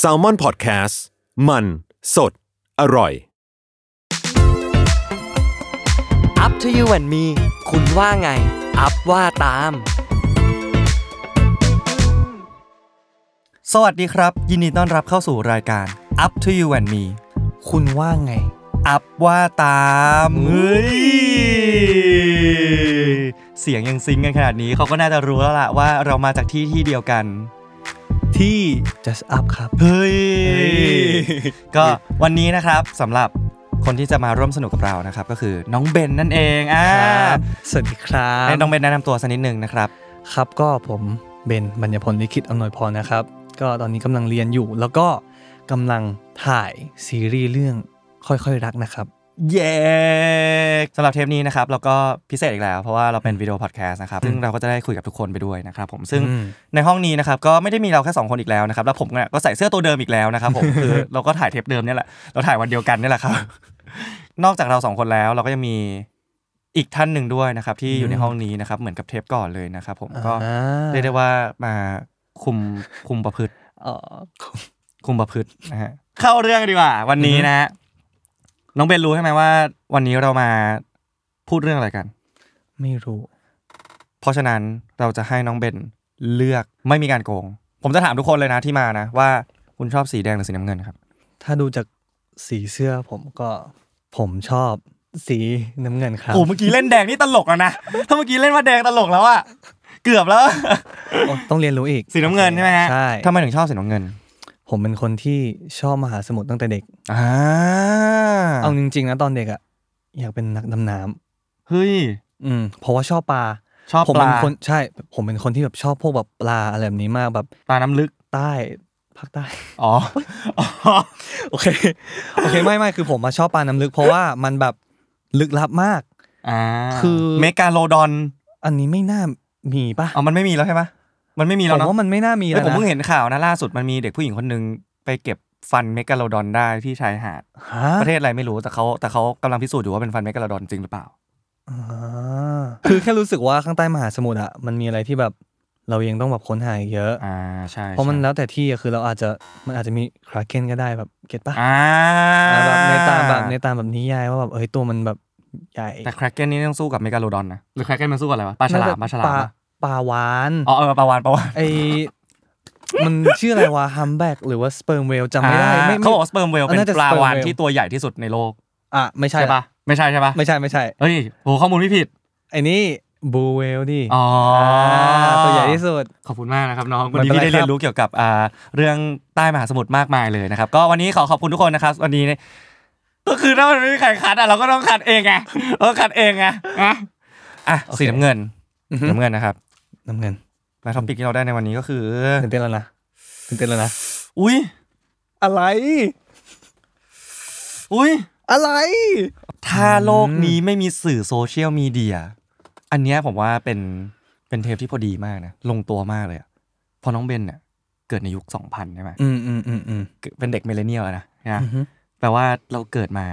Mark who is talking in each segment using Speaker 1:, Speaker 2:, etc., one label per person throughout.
Speaker 1: s a l ม o n PODCAST มันสดอร่อย
Speaker 2: Up to you and me คุณว่าไง อัพว่าตาม
Speaker 3: สวัสดีครับ ยินดีต้อนรับเข้าสู่รายการ Up to you and me
Speaker 2: คุณว่าไง
Speaker 3: อัพว่าตามเฮ้ยเสียงยังซิงค์กันขนาดนี้เขาก็น่าจะรู้แล้วล่ะว่าเรามาจากที่ที่เดียวกัน
Speaker 2: ที่ just up ครับ
Speaker 3: เฮ้ย ก็
Speaker 2: เฮ้ย
Speaker 3: วันนี้นะครับสำหรับคนที่จะมาร่วมสนุกกับเรานะครับ ก็คือน้องเบนนั่นเองอ่า
Speaker 2: ครับสวัสดีครับ
Speaker 3: ให้น้องเบนแนะนำตัวสักนิดนึงนะครับ
Speaker 2: ครับก็ผมเบนบัญญพลลิขิตอำนวยพรนะครับ ก็ตอนนี้กำลังเรียนอยู่ แล้วก็กำลังถ่ายซีรีส์เรื่องค่อยๆรักนะครับ
Speaker 3: เย้สำหรับเทปนี้นะครับเราก็พิเศษอีกแล้ว เพราะว่าเราเป็นวิดีโอพอดแคสต์นะครับ ซึ่งเราก็จะได้คุยกับทุกคนไปด้วยนะครับผมซึ่ง
Speaker 2: อืม
Speaker 3: ในห้องนี้นะครับก็ไม่ได้มีเราแค่สองคนอีกแล้วนะครับแล้วผมเนี่ยก็ใส่เสื้อตัวเดิมอีกแล้วนะครับ ผมคือ เราก็ถ่ายเทปเดิมเนี่ยแหละเราถ่ายวันเดียวกันเนี่ยแหละครับ นอกจากเราสองคนแล้วเราก็ยังมีอีกท่านหนึ่งด้วยนะครับ ที่อยู่ในห้องนี้นะครับเหมือนกับเทปก่อนเลยนะครับผมก็
Speaker 2: อ่า
Speaker 3: เรียกได้ว่ามาคุมคุมประพฤติ
Speaker 2: เอ่อ
Speaker 3: คุมประพฤตินะฮะเข้าเรื่องดีกว่า วันนี้นะฮะน้องเบนรู้ใช่ไหมว่า วันนี้เรามาพูดเรื่องอะไรกัน
Speaker 2: ไม่รู้
Speaker 3: เพราะฉะนั้นเราจะให้น้องเบนเลือกไม่มีการโกง ผมจะถามทุกคนเลยนะที่มานะ ว่าคุณชอบสีแดงหรือสีน้ำเงินครับ
Speaker 2: ถ้าดูจากสีเสื้อผมก็ผมชอบสีน้ำเงินครับ
Speaker 3: โอ้เมื่อกี้เล่นแดงนี่ตลกแล้วนะ ถ้าเมื่อกี้เล่นว่าแดงตลกแล้วอะเกือบแล้ว
Speaker 2: โอ้ต้องเรียนรู้อีก
Speaker 3: สีน้ำเงิ นใช่ไหมฮะ
Speaker 2: ใช่
Speaker 3: ทำไมถึงชอบสีน้ำเงิน
Speaker 2: ผมเป็นคนที่ชอบมหาสมุทรตั้งแต่เด็ก
Speaker 3: อ่า
Speaker 2: เอาจริงๆนะตอนเด็กอะอยากเป็นนักดำน้
Speaker 3: เฮ้ย
Speaker 2: ำอืมเพราะว่าชอบปลา
Speaker 3: ชอบ
Speaker 2: ผม
Speaker 3: ป
Speaker 2: เป็
Speaker 3: ลาน
Speaker 2: คนใช่ ผมเป็นคนที่แบบชอบพวกแบบปลาอะไรแบบนี้มากแบบ
Speaker 3: ปลาน้ำลึก
Speaker 2: ใต้ภาคใต้
Speaker 3: อ๋อ อ๋อ
Speaker 2: โอเคโอเคไม่ไม่คือผมมาชอบปลาน้ำลึก เพราะว่ามันแบบลึกลับมาก
Speaker 3: อ่า
Speaker 2: คือ
Speaker 3: เมกาโลดอน
Speaker 2: อันนี้ไม่น่ามีปะ
Speaker 3: อ๋อ มันไม่มีแล้วใช่ปะมันไม่มี
Speaker 2: ผ
Speaker 3: แล้ว
Speaker 2: ม
Speaker 3: เนาะ
Speaker 2: ว่ามันไม่น่ามี
Speaker 3: เอ้
Speaker 2: แล้
Speaker 3: ยว ผมเพิ่ง
Speaker 2: นะ
Speaker 3: เห็นข่าวนะล่าสุดมันมีเด็กผู้หญิงคนหนึ่งไปเก็บฟันเมกาโลดอนได้ที่ชายหาด
Speaker 2: ฮะ
Speaker 3: ประเทศอะไรไม่รู้แต่เขาแต่เขากำลังพิสูจน์อยู่ว่าเป็นฟันเมกาโลดอนจริงหรือเปล่า
Speaker 2: อ่าคือแค่รู้สึกว่าข้างใต้มหาสมุทรอะมันมีอะไรที่แบบเรายังต้องแบบค้นหาอีกเยอะ
Speaker 3: อ่า ใช่
Speaker 2: เพราะมัน
Speaker 3: ใช่
Speaker 2: แล้วแต่ที่อะคือเราอาจจะมันอาจจะมีคราเคนก็ได้แบบเก็ตปะ
Speaker 3: อ่า
Speaker 2: อ่าแบบในตามแบบในตามแบบนิยายว่าแบบเอ้ยตัวมันแบบใหญ่
Speaker 3: แต่แครกเก้นนี่ต้องสู้กับเมกาโลดอนนะ หรือแครกเก้นมันสู้กับอะไรวะ ปลาฉลาม ปลาฉลาม
Speaker 2: ปลา
Speaker 3: ปะ
Speaker 2: ปลาวาน
Speaker 3: อ๋อเออปลาวานปลาวาน
Speaker 2: ไอมันชื่ออะไรวะฮัมแบกหรือว่าสเปิร์มเวลจำไม่ได้
Speaker 3: อ่า
Speaker 2: ไม่ไม่
Speaker 3: เขาบอกสเปิร์มเวลเป็น
Speaker 2: น่าจะ
Speaker 3: ปลาวาน
Speaker 2: sperm whale
Speaker 3: ที่ตัวใหญ่ที่สุดในโลก
Speaker 2: อ่ะไม่ใช่
Speaker 3: ใช่ปะไม่ใช่ใช่ปะ
Speaker 2: ไม่ใช่ไม่ใช่
Speaker 3: เฮ้ยโหข้อมูลไม่ผิด
Speaker 2: ไอนี่บูเวลดิ
Speaker 3: อ๋ออ่
Speaker 2: าตัวใหญ่ที่สุด
Speaker 3: ขอบคุณมากนะครับน้อง
Speaker 2: ไม่
Speaker 3: วัน
Speaker 2: เป็น
Speaker 3: นี้
Speaker 2: ไร
Speaker 3: ที่ได้
Speaker 2: ครับ
Speaker 3: เรียนรู้เกี่ยวกับอ่าเรื่องใต้มหาสมุทรมากมายเลยนะครับ ก็วันนี้ขอขอบคุณทุกคนนะครับ วันนี้เนี่ยก็คือถ้ามันไม่มีใครคัดอ่ะเราก็ต้องคัดเองไงเราก็คัดเองไงอ่ะอ่ะสีน้ำเงินสีน้ำเงินนะครับ
Speaker 2: น้ำเงิน
Speaker 3: และท็อปิกที่เราได้ในวันนี้ก็คือ
Speaker 2: ตื่นเต้นแล้วนะตื่นเต้นแล้วนะ
Speaker 3: อุ้ย
Speaker 2: อะไร
Speaker 3: อุ้ย
Speaker 2: อะไร
Speaker 3: ถ้าโลกนี้ไม่มีสื่อโซเชียลมีเดียอันเนี้ยผมว่าเป็นเป็นเทปที่พอดีมากนะลงตัวมากเลยอะเพอน้องเบนเนี่ยเกิดในยุค2000ใช่ไหม
Speaker 2: อืมอืมอืมอืม
Speaker 3: เป็นเด็กเมลเลนเนียลแล้วนะนะ
Speaker 2: อือฮึ
Speaker 3: แปลว่าเราเกิดมา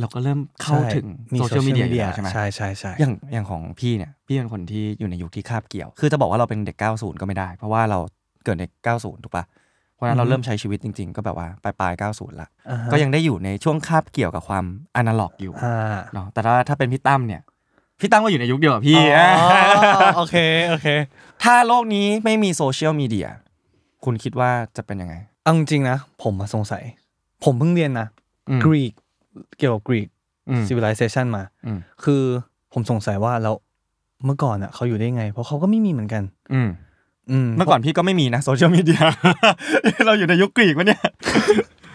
Speaker 3: เราก็เริ่มเข้าถึงโซเชียลมีเดียอยู่แล้วใช่ไหม
Speaker 2: ใช่ใช่ใช่
Speaker 3: อย่างอย่างของพี่เนี่ย พี่เป็นคนที่อยู่ในยุคที่คาบเกี่ยว คือจะบอกว่าเราเป็นเด็ก 90 ก็ไม่ได้ เพราะว่าเราเกิดใน 90 ถูกปะเพราะฉะนั้นเราเริ่มใช้ชีวิตจริง ๆ ก็แบบว่าปลายปลาย90 ละ
Speaker 2: อ่าฮะ
Speaker 3: ก็ยังได้อยู่ในช่วงคาบเกี่ยวกับความอนาล็อกอยู่
Speaker 2: อ่า
Speaker 3: เนาะแต่ถ้าถ้าเป็นพี่ตั้มเนี่ย พี่ตั้มก็อยู่ในยุคเดียวกับพี่
Speaker 2: อ๋อ โอเคโอเค
Speaker 3: ถ้าโลกนี้ไม่มีโซเชียลมีเดียคุณคิดว่าจะเป็นยังไง
Speaker 2: เอาจริงๆนะ ผมมาสงสัย ผมเพิ่งเรียนนะ
Speaker 3: อืม
Speaker 2: กรีกเกี่ยวกับกรีก
Speaker 3: อืม
Speaker 2: civilization มา
Speaker 3: อืม
Speaker 2: คือผมสงสัยว่าแล้วเมื่อก่อนอ่ะเขาอยู่ได้ไง เพราะเขาก็ไม่มีเหมือนกัน
Speaker 3: อืม
Speaker 2: อืม
Speaker 3: เมื่อก่อนพี่ก็ไม่มีนะโซเชียลมีเดีย เราอยู่ในยุคกรีกวะเนี่ย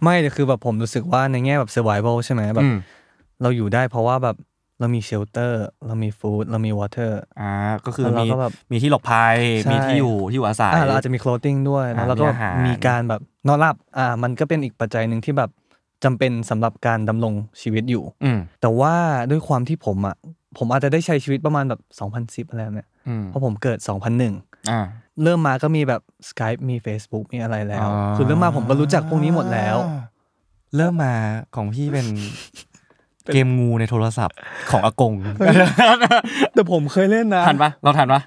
Speaker 2: ไม่แต่คือแบบผมรู้สึกว่าในแง่แบบ survival ใช่ไหมแบบ
Speaker 3: อืม
Speaker 2: เราอยู่ได้เพราะว่าแบบเรามีเชลเตอร์ เรามีฟู้ดเรามีวอเตอร์
Speaker 3: อ่าก็คือ
Speaker 2: แล้วเรา
Speaker 3: มี
Speaker 2: ก็แบบ
Speaker 3: มีที่หลบภัย
Speaker 2: ใช่
Speaker 3: มีที่อยู่ที่อยู่อาศัย
Speaker 2: อ่าเราอาจจะมี clothing ด้วยแล้ว
Speaker 3: อ่า
Speaker 2: เราก็
Speaker 3: มีอาหาร
Speaker 2: มีการแบบนอนหลับอ่ามันก็เป็นอีกปัจจัยหนึ่งที่แบบจำเป็นสำหรับการดำรงชีวิตอยู่
Speaker 3: อืม
Speaker 2: แต่ว่าด้วยความที่ผมอ่ะผมอาจจะได้ใช้ชีวิตประมาณแบบ 2010อะไรแบบเนี่ย
Speaker 3: อืม
Speaker 2: เพราะผมเกิด 2001
Speaker 3: อ่า
Speaker 2: เริ่มมาก็มีแบบ Skype มี Facebook มีอะไรแล้ว
Speaker 3: อ๋อ
Speaker 2: คือเริ่มมาผมก็รู้จักพวกนี้หมดแล้ว
Speaker 3: เริ่มมาของพี่ เป็น เกมงูในโทรศัพท์ของอากง
Speaker 2: แต่ผมเคยเล่นนะ
Speaker 3: ทันปะเราทันปะ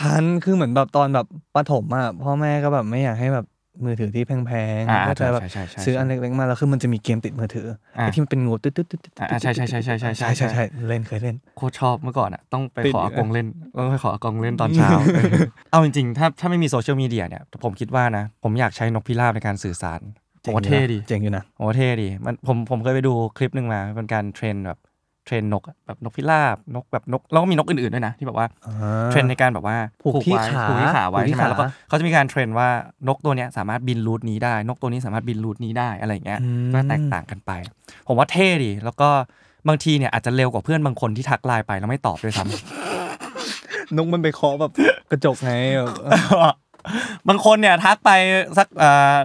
Speaker 2: ทันคือเหมือนแบบตอนแบบประถมอ่ะพ่อแม่ก็แบบไม่อยากให้แบบ มือถือที่แพง
Speaker 3: อ่า
Speaker 2: ๆก็จะแบบ
Speaker 3: ใช่ใช่ใช่
Speaker 2: ซื้ออันเล็กๆมาแล้วคือมันจะมีเกมติดมือถืออาไอ้ที่มันเป็นงูตึ๊ดตึ๊ดตึ๊ดตึ๊ดตึ๊ด
Speaker 3: อ่าใช่ใช่ใช่ใช่ใช่ใช่
Speaker 2: ใช่ใช่ใช่เล่นเคยเล่น
Speaker 3: โคตรชอบเมื่อก่อนอ่ะต้องไป
Speaker 2: ติด
Speaker 3: ขอ
Speaker 2: อ
Speaker 3: อา
Speaker 2: ยู่นะ
Speaker 3: กงเล่นต้องไปขออากงเล่นตอนเช้า เออเอาจริงๆ ถ้าถ้าไม่มีโซเชียลมีเดียเนี่ย ผมคิดว่านะ ผมอยากใช้นกพิราบในการสื่อสารผมว่าเท่ดี
Speaker 2: เจ๋งอยู่นะ
Speaker 3: ผมว่าเท่ดีมันผมผมเคยไปดูคลิปหนึ่งมาเป็นการเทรนแบบเทรนนกอะแบบนกพิราบนกแบบนกแล้วก็มีนกอื่นๆด้วยนะที่แบบว่าเทรนในการแบบว่า
Speaker 2: ผูกที่
Speaker 3: ไว้
Speaker 2: ขา
Speaker 3: ผูกที่ขาไว้
Speaker 2: ผูกที่
Speaker 3: ใช่ไหม
Speaker 2: ขา
Speaker 3: แล้วก็เขาจะมีการเทรนว่านกตัวเนี้ยสามารถบินรูทนี้ได้ นกตัวนี้สามารถบินรูทนี้ได้อะไรอย่างเงี้ย ก็แตกต่างกันไป ผมว่าเท่ดี แล้วก็บางทีเนี่ยอาจจะเร็วกว่าเพื่อนบางคนที่ทักไลน์ไปแล้วไม่ตอบด้วยซ้
Speaker 2: นกมันไปเคาะแบบกระจกไงแบบ
Speaker 3: ำ บางคนเนี่ยทักไปสักเอ่อ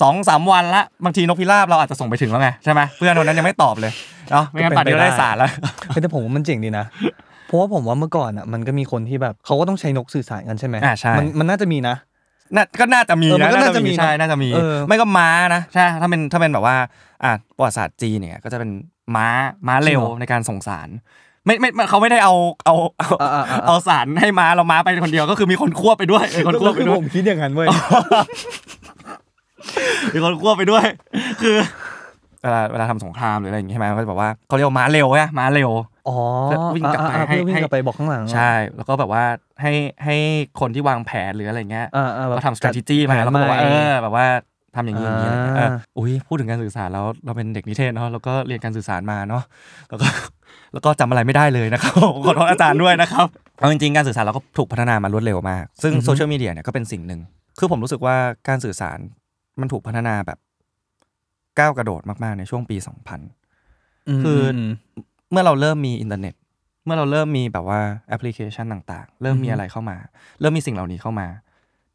Speaker 3: สองสามวันละ บางทีนกพิราบเราอาจจะส่งไปถึงแล้วไงใช่ไหมเพื่อนคนนั้นยังไม่ตอบเลยเนาะไม่งั้นป่านนี้เราได้สารแล้ว
Speaker 2: เฮ้ยแต่ผมว่ามันเจ๋งดีนะ เพราะว่าผมว่าเมื่อก่อนอ่ะมันก็มีคนที่แบบเขาก็ต้องใช้นกสื่อสารกันใช่ไหม
Speaker 3: อ่าใช่
Speaker 2: มันมันน่าจะมีนะ
Speaker 3: น่าก็น่าจะมี
Speaker 2: เออมั
Speaker 3: นะ
Speaker 2: นก็น่าจะมี
Speaker 3: ใช่น่าจะมี
Speaker 2: เออ
Speaker 3: ไม่ก็ม้านะใช่ถ้าเป็นถ้าเป็นแบบว่าอ่ะประวัติศาสตร์จีนเนี่ยก็จะเป็นม้าม้าเร็วในการส่งสาร ไม่ไม่ไม่เขาไม่ได้เอาเอาเอา
Speaker 2: อ่าๆๆ
Speaker 3: เอาสารให้ม้าเราม้าไปคนเดียวก็คือมีคนควบไปด้วยมีคนควบไป
Speaker 2: คือ
Speaker 3: ด้วย
Speaker 2: ผมคิดอย่างนั้นเว้ย
Speaker 3: มีคนควบไปด้วย คือเวลาเวลาทำสงครามหรืออะไรอย่างงี้ใช่ไหมเขาจะบอกว่าเขาเรียกว่าม้าเร็วใช่ไหมม้าเร็ว
Speaker 2: อ๋อ
Speaker 3: เพื่อวิ่งกลับไป
Speaker 2: อ่าๆๆ
Speaker 3: ให้
Speaker 2: เพื่อวิ่ง
Speaker 3: ให้
Speaker 2: กลับไปบอกข้างหลัง
Speaker 3: ใช่แล้วก็แบบว่าให้ให้คนที่วางแผนหรืออะไรเงี้ย
Speaker 2: อ่าๆแบบ
Speaker 3: ก็ทำ strategy มาแล้วก็บอกว่า
Speaker 2: แผ
Speaker 3: เอน
Speaker 2: ให
Speaker 3: อ
Speaker 2: ม่
Speaker 3: แบบว่าทำอย่างนี้อย่างนี้อะไรเงี้ย
Speaker 2: อ่า
Speaker 3: เอออุ้ยพูดถึงการสื่อสารแล้วเราเป็นเด็กนิเทศเนาะเราก็เรียนการสื่อสารมาเนาะแล้วก็ แล้วก็จำอะไรไม่ได้เลยนะครับ ผมขอโทษอาจารย์ด้วยนะครับเอาจริงๆการสื่อสารเราก็ถูกพัฒนามารวดเร็วมาก ซึ่งโซเชียลมีเดียเนี่ยก็เป็นสิ่งหนึ่ง คือผมรู้สึกว่าการสื่อสารมันถูกพัฒนาแบบก้าวกระโดดมากๆในช่วงปี 2000
Speaker 2: ม
Speaker 3: คืออื
Speaker 2: ม
Speaker 3: เมื่อเราเริ่มมีอินเทอร์เน็ต เมื่อเราเริ่มมีแบบว่าแอปพลิเคชันต่างๆ เริ่มมี
Speaker 2: อือฮึ
Speaker 3: อะไรเข้ามา เริ่มมีสิ่งเหล่านี้เข้ามา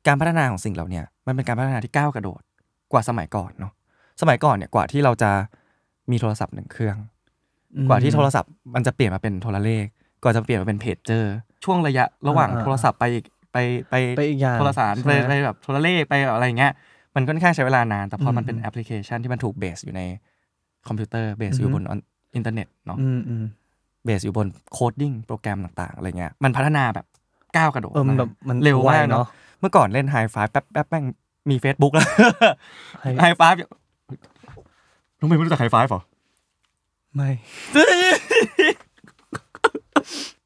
Speaker 3: การพัฒนาของสิ่งเหล่าเนี้ยมันเป็นการพัฒนาที่ก้าวกระโดดกว่าสมัยก่อนเนาะสมัยก่อนเนี่ยกว่าที่เราจะมีโทรศัพท์หนึ่งเครื่อง
Speaker 2: อืม
Speaker 3: กว่าที่โทรศัพท์มันจะเปลี่ยนมาเป็นโทรเลขกว่าจะเปลี่ยนมาเป็นเพจเจอร์ช่วงระยะระหว่าง
Speaker 2: อ่าๆ
Speaker 3: โทรศัพท์ไปอีกไปไป
Speaker 2: ไปอีกอย่าง
Speaker 3: โทรสาร
Speaker 2: ใช่
Speaker 3: ไป
Speaker 2: ไหม
Speaker 3: ไปแบบโทรเลขไปแบบอะไรอย่างเงี้ยมันค่อนข้างใช้เวลานาน แต่พออ
Speaker 2: ม
Speaker 3: มันเป็นแอปพลิเคชันที่มันถูกเบสอยู่ในคอมพิวเตอร์เบสอ
Speaker 2: อื
Speaker 3: ยู่
Speaker 2: อฮึ
Speaker 3: บนอินเทอร์เน็ตเนาะ
Speaker 2: อืมอืม
Speaker 3: เบสอยู่บนโคดดิ้งโปรแกรมต่างๆ อะไรเงี้ย มันพัฒนาแบบก้าวกระโดด
Speaker 2: เออมันแบ
Speaker 3: า
Speaker 2: บ
Speaker 3: ก
Speaker 2: มัน
Speaker 3: เร็วมาก
Speaker 2: ไ
Speaker 3: เนาะเมื่อก่อนเล่นไฮไฟแป๊บแป๊บแม่งมี Facebook แล้ว
Speaker 2: ให้
Speaker 3: ไฮไฟน้องไม่รู้จักไฮไฟ หรอ
Speaker 2: ไม่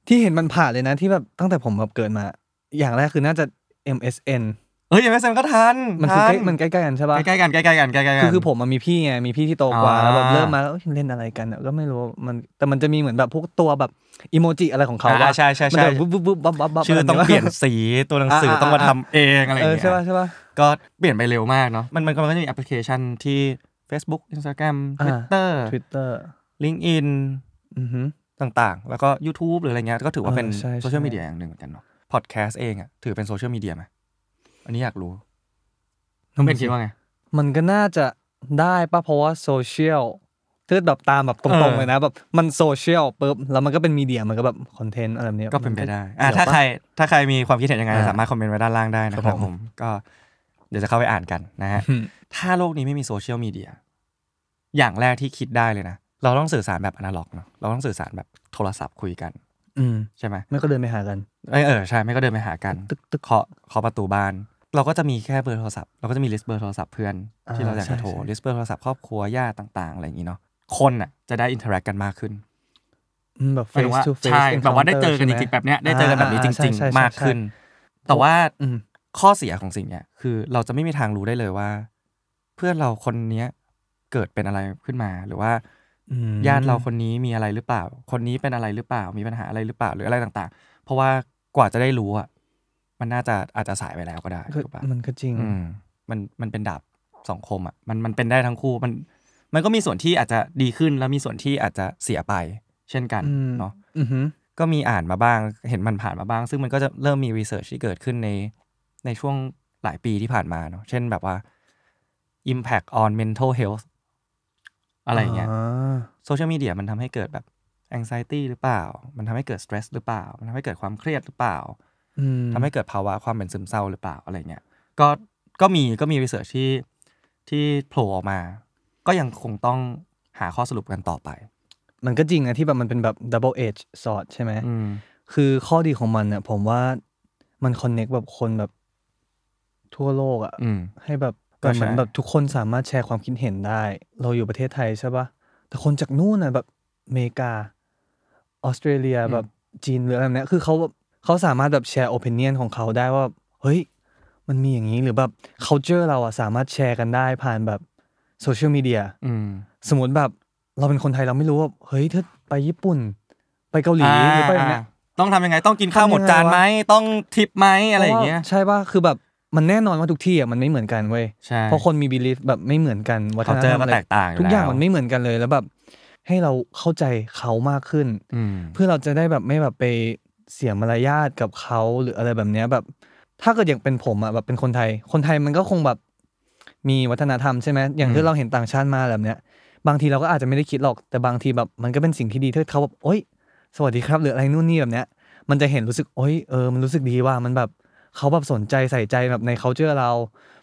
Speaker 2: ที่เห็นมันผ่านเลยนะที่แบบตั้งแต่ผมแบบเกิดมา อย่างแรกคือน่าจะ MSN
Speaker 3: เฮ้ยยังไม่เซ็นก็ทัน
Speaker 2: มันคือ
Speaker 3: ทั
Speaker 2: ใกล้มันใกล้ๆกันใช่ปะ
Speaker 3: ใกล้ๆกันใกล้ๆกันใกล้ๆกัน
Speaker 2: คือคือผมมันมีพี่ไงมีพี่ที่โตกว่า
Speaker 3: อ่า
Speaker 2: แล้วแบบเริ่มมาแล้วเอ้ยเล่นอะไรกันอะก็ไม่รู้มันแต่มันจะมีเหมือนแบบพวกตัวแบบอีโมจิอะไรของเขา
Speaker 3: อ่
Speaker 2: ว่า
Speaker 3: ใช่ใช่
Speaker 2: มัน
Speaker 3: ใช่
Speaker 2: แบบบุ๊บบุ๊บบุ๊บบ๊อบบ๊อบบ๊บ
Speaker 3: ชื่อต้อง
Speaker 2: ะไร
Speaker 3: เปลี่ยน
Speaker 2: แบบ
Speaker 3: สีตัวหนังสืออา ต้องมาทำเองอะไรอ
Speaker 2: เอย่าง อ
Speaker 3: เงี้ย
Speaker 2: ใช่ป่ะใช่ป่ะ
Speaker 3: ก็เปลี่ยนไปเร็วมากเนาะมันมันก็มันก็จะมีแอปพลิเคชันที่ Facebook Instagram
Speaker 2: อ่า
Speaker 3: Twitter
Speaker 2: Twitter
Speaker 3: LinkedIn
Speaker 2: อือหือ
Speaker 3: ต่างๆ แล้วก็ YouTube หรืออะไรเงี้ยก็ถือว่า
Speaker 2: เออ
Speaker 3: เป็น
Speaker 2: ใช่ใช่
Speaker 3: โซเชียลมีเดียอย่างหนึ่งเหมือนกันเนาะพอดแคสต์เองอ่ะถือเป็นโซเชียลมีเดียไหมอันนี้อยากรู้น้องเป็นคิดว่าไง
Speaker 2: มันก็น่าจะได้ป่ะเพราะว่าโซเชียลคือแบบตามแบบต
Speaker 3: เอ
Speaker 2: รง
Speaker 3: อ
Speaker 2: ๆเลยนะแบบมันโซเชียลปุ๊บแล้วมันก็เป็นมีเดียมันก็แบบคอนเทนต์อะไรแบบเนี้ย
Speaker 3: ก็เป็นไปได้
Speaker 2: มั
Speaker 3: อ่ะ
Speaker 2: นก็
Speaker 3: ถ้า
Speaker 2: เกี่ยวปะ
Speaker 3: ใครถ้าใครมีความคิดเห็นยังไง
Speaker 2: อ่า
Speaker 3: สามารถคอมเมนต์ไว้ด้านล่างได้นะค
Speaker 2: ค
Speaker 3: รั
Speaker 2: รั
Speaker 3: บบ ผ
Speaker 2: ผม ม
Speaker 3: ก็เดี๋ยวจะเข้าไปอ่านกันนะฮะ
Speaker 2: อืม
Speaker 3: ถ้าโลกนี้ไม่มีโซเชียลมีเดียอย่างแรกที่คิดได้เลยนะ เราต้องสื่อสารแบบอนาล็อกเนาะเราต้องสื่อสารแบบโทรศัพท์คุยกัน
Speaker 2: อืม
Speaker 3: ใช่ไหม
Speaker 2: ไม่ก็เดินไปหากัน
Speaker 3: เอ้ยเออใช่ไม่ก็เดินไปหากัน
Speaker 2: ตึกตึก
Speaker 3: เคาะเคาะประตูบ้าน เราก็จะมีแค่เบอร์โทรศัพท์เราก็จะมีลิสต์เบอร์โทรศัพท์เพื่อน
Speaker 2: อ่า
Speaker 3: ที่เราอยากจะโทร
Speaker 2: ใช่ใช่
Speaker 3: ลิสต์เบอร์โทรศัพท์ครอบครัวญาติต่าง ๆ อะไรอย่างนี้เนาะคนอ่ะจะได้อินเทอร์แอคกันมากขึ้น
Speaker 2: อืมแบบ
Speaker 3: หมายถึง
Speaker 2: face
Speaker 3: ว่า
Speaker 2: to face
Speaker 3: ใช่แบบว่าได้เจอกันจ
Speaker 2: encounter
Speaker 3: ริงๆ
Speaker 2: ใช่
Speaker 3: แบบ
Speaker 2: ไหม
Speaker 3: เนี้ยได้เจอกันแบบนี้จริง
Speaker 2: อ่าใช่ใช่
Speaker 3: ๆ มากขึ้น
Speaker 2: ใช่
Speaker 3: แต่ว่า
Speaker 2: อืม
Speaker 3: ข้อเสียของสิ่งเนี้ยคือเราจะไม่มีทางรู้ได้เลยว่า เพื่อนเราคนเนี้ยเกิดเป็นอะไรขึ้นมา หรือว่า
Speaker 2: อืม
Speaker 3: ญาติเราคนนี้มีอะไรหรือเปล่า คนนี้เป็นอะไรหรือเปล่า มีปัญหาอะไรหรือเปล่าหรืออะไรต่างๆ เพราะว่ากว่าจะได้รู้อ่ะมันน่าจะอาจจะสายไปแล้วก็ได้
Speaker 2: ก็
Speaker 3: ถูกปะ
Speaker 2: มันก็จริง
Speaker 3: อืมมันมันเป็นดาบสองคมอ่ะมันมันเป็นได้ทั้งคู่มันมันก็มีส่วนที่อาจจะดีขึ้นแล้วมีส่วนที่อาจจะเสียไป เช่นกัน
Speaker 2: อืม
Speaker 3: เนาะ
Speaker 2: อือหือ
Speaker 3: ก็มีอ่านมาบ้างเห็นมันผ่านมาบ้าง ซึ่งมันก็จะเริ่มมีรีเสิร์ชที่เกิดขึ้นในในช่วงหลายปีที่ผ่านมาเนาะเช่นแบบว่า impact on mental health อะไรอย่างเงี้ย โซเชียลมีเดียมันทำให้เกิดแบบ anxiety หรือเปล่า มันทำให้เกิด stress หรือเปล่า มันทำให้เกิดความเครียดหรือเปล่า
Speaker 2: อืม
Speaker 3: ทำให้เกิดภาวะความเป็นซึมเศร้าหรือเปล่าอะไรเงี้ย ก็ ก็มี ก็มีวิจัยที่ ที่โผล่ออกมา ก็ยังคงต้องหาข้อสรุปกันต่อไป
Speaker 2: มันก็จริงนะที่แบบมันเป็นแบบ double edge sword ใช่ไหม
Speaker 3: อืม
Speaker 2: คือข้อดีของมันเนี่ยผมว่ามันคอนเน็กแบบคนแบบ ทั่วโลกอ่ะ
Speaker 3: อืม
Speaker 2: ให้แบบ
Speaker 3: ก็
Speaker 2: เหมือน
Speaker 3: ใช่
Speaker 2: แบบทุกคนสามารถแชร์ความคิดเห็นได้ เราอยู่ประเทศไทยใช่ปะแต่คนจากนู่นน่ะแบบอเมริกา ออสเตรเลียแบบจีนหรืออะไรแบบเนี้ยคือเขาแบบเขาสามารถแบบแชร์โอ i ิ i เนียนของเขาได้ว่า เฮ้ย มันมีอย่างนี้หรือแบบ culture เราอะสามารถแชร์กันได้ผ่านแบบโซเชียลมีเดีย
Speaker 3: อืม
Speaker 2: สมมติแบบเราเป็นคนไทยเราไม่รู้ว่า เฮ้ยถ้าไปญี่ปุ่น ไปเกาหลีหรือไปแบบเนี้ย
Speaker 3: อ่าต้องทำยังไงต้องกินข้าวหมดจานไหมต้องทิปไหมอะไรอย่างเงี้ย
Speaker 2: พราะว่าใช่ป่ะคือแบบมันแน่นอนว่าทุกที่อ่ะมันไม่เหมือนกันเว้ย
Speaker 3: ใช่
Speaker 2: เพราะคนมีบิลีฟแบบไม่เหมือนกันวัฒ
Speaker 3: เขา
Speaker 2: น
Speaker 3: เจ
Speaker 2: ธร
Speaker 3: อ
Speaker 2: รม
Speaker 3: ก็
Speaker 2: อะไร
Speaker 3: แตกต่างยู่
Speaker 2: ทุกอย่าง
Speaker 3: แล้ว
Speaker 2: มันไม่เหมือนกันเลยแล้วแบบ ให้เราเข้าใจเขามากขึ้น
Speaker 3: อืม
Speaker 2: เพื่อเราจะได้แบบไม่แบบไปเสียมารยาทกับเขาหรืออะไรแบบเนี้ยแบบ ถ้าเกิดอย่างเป็นผมอ่ะแบบเป็นคนไทย คนไทยมันก็คงแบบมีวัฒนธรรมใช่ไหมอย่าง
Speaker 3: อื
Speaker 2: ที่
Speaker 3: ม
Speaker 2: เราเห็นต่างชาติมาแบบเนี้ย บางทีเราก็อาจจะไม่ได้คิดหรอกแต่บางทีแบบมันก็เป็นสิ่งที่ดีที่เขาแบบโอ๊ย สวัสดีครับหรืออะไรนู่นนี่แบบเนี้ย มันจะเห็นรู้สึกโอ๊ยเออมันรู้สึกดีว่ามันแบบเขาแบบสนใจใส่ใจแบบใน c u เจอร์เรา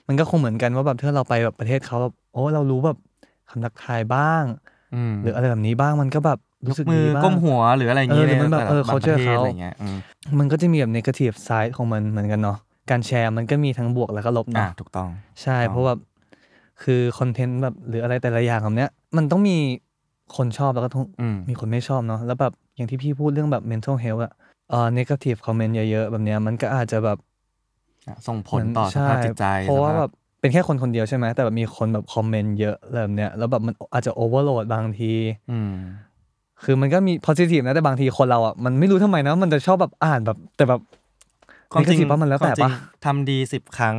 Speaker 2: มันก็คงเหมือนกันว่าแบบถ้าเราไปแบบประเทศเขาแบบโอ้เรารู้แบบคำทักทายบ้าง
Speaker 3: อืม
Speaker 2: หรืออะไรแบบนี้บ้างมันก็แบบรู้สึก
Speaker 3: มื
Speaker 2: ดี
Speaker 3: อ
Speaker 2: บ้าง
Speaker 3: ก้มหัวหรืออะไรอย่างเงี้ย
Speaker 2: เออหรือมันแบบเออ
Speaker 3: ใระทศ
Speaker 2: culture เขา
Speaker 3: อะไรเงี้ยอืม
Speaker 2: มันก็จะมีแบบ negative side ของมันเหมือนกันเนาะ การแชร์มันก็มีทั้งบวกแล้วก็ลบ
Speaker 3: อ่า
Speaker 2: เนาะ
Speaker 3: ถูกต้อง
Speaker 2: ใช่
Speaker 3: ถูกต้อง
Speaker 2: เพราะแบบคือคอนเทนต์แบบหรืออะไรแต่ละอย่างแบบเนี้ย มันต้องมีคนชอบแล้วก็ต้อง
Speaker 3: อืม
Speaker 2: มีคนไม่ชอบเนาะ แล้วแบบอย่างที่พี่พูดเรื่องแบบ mental health อะเอ่อ negative comment เยอะๆ แบบเนี้ยมันก็อาจจะแบบ
Speaker 3: อ่ะส่งผ
Speaker 2: เห
Speaker 3: ล
Speaker 2: มืน
Speaker 3: ต่อสภาพจิตใจ
Speaker 2: ช่เพราะว่า
Speaker 3: สภพ
Speaker 2: แบบเป็นแค่คนคนเดียวใช่ไหม แต่แบบมีคนแบบคอมเมนต์เยอะอะไรแบบเนี้ย แล้วแบบมันอาจจะ overload บางที
Speaker 3: อืม
Speaker 2: คือมันก็มี positive นะแต่บางทีคนเราอ่ะมันไม่รู้ทำไมนะมันจะชอบแบบอ่านแบบแต่แบบ
Speaker 3: ความจริง
Speaker 2: negative เพราะมันแล้วแต่
Speaker 3: คามจริ
Speaker 2: ปะ
Speaker 3: งทำดีสิบครั้ง